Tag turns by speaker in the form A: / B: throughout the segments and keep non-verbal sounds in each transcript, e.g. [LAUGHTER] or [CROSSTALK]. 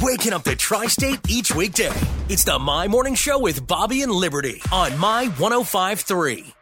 A: waking up the tri state each weekday. It's the My Morning Show with Bobby and Liberty on My 1053.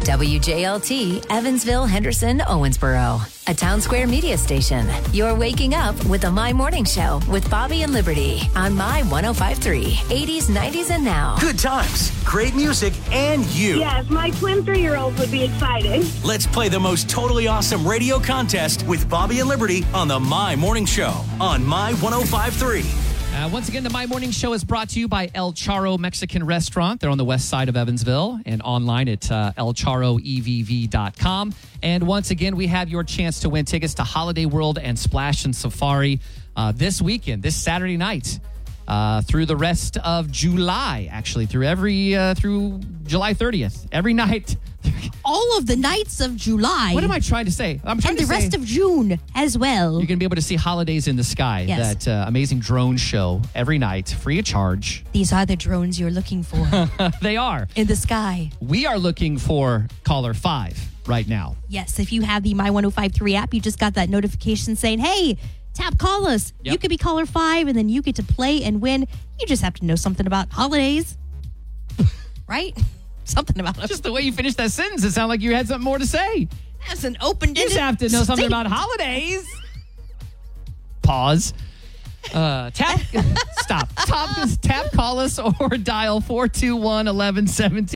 B: WJLT, Evansville, Henderson, Owensboro. A town square media station. You're waking up with the My Morning Show with Bobby and Liberty on My 1053, 80s, 90s, and now.
A: Good times, great music, and you.
C: Yes, my twin three year old would be excited.
A: Let's play the most totally awesome radio contest with Bobby and Liberty on the My Morning Show on My 1053.
D: Uh, once again, the My Morning Show is brought to you by El Charo Mexican Restaurant. They're on the west side of Evansville and online at uh, elcharoevv.com. And once again, we have your chance to win tickets to Holiday World and Splash and Safari uh, this weekend, this Saturday night. Uh, through the rest of July, actually, through every uh, through July 30th, every [LAUGHS] night.
E: all of the nights of July.
D: what am I trying to say? I'm trying
E: and the
D: to say-
E: rest of June as well.
D: You're going to be able to see Holidays in the Sky,
E: Yes.
D: that uh, amazing drone show every night, free of charge. [LAUGHS]
E: These are the drones you're looking for
D: they are.
E: in the sky.
D: We are looking for caller five right now.
E: Yes, if you have the My 1053 app, you just got that notification saying, hey, tap call us.
D: Yep.
E: You could be caller five, and then you get to play and win. You just have to know something about
D: [LAUGHS]
E: holidays, right? Something about
D: Just the way you finished that sentence, it sounded like you had something more to say.
E: That's an open
D: You just have to know something about holidays. Pause. Uh, [LAUGHS] tap, stop. Top, tap, call us or dial 421 1117.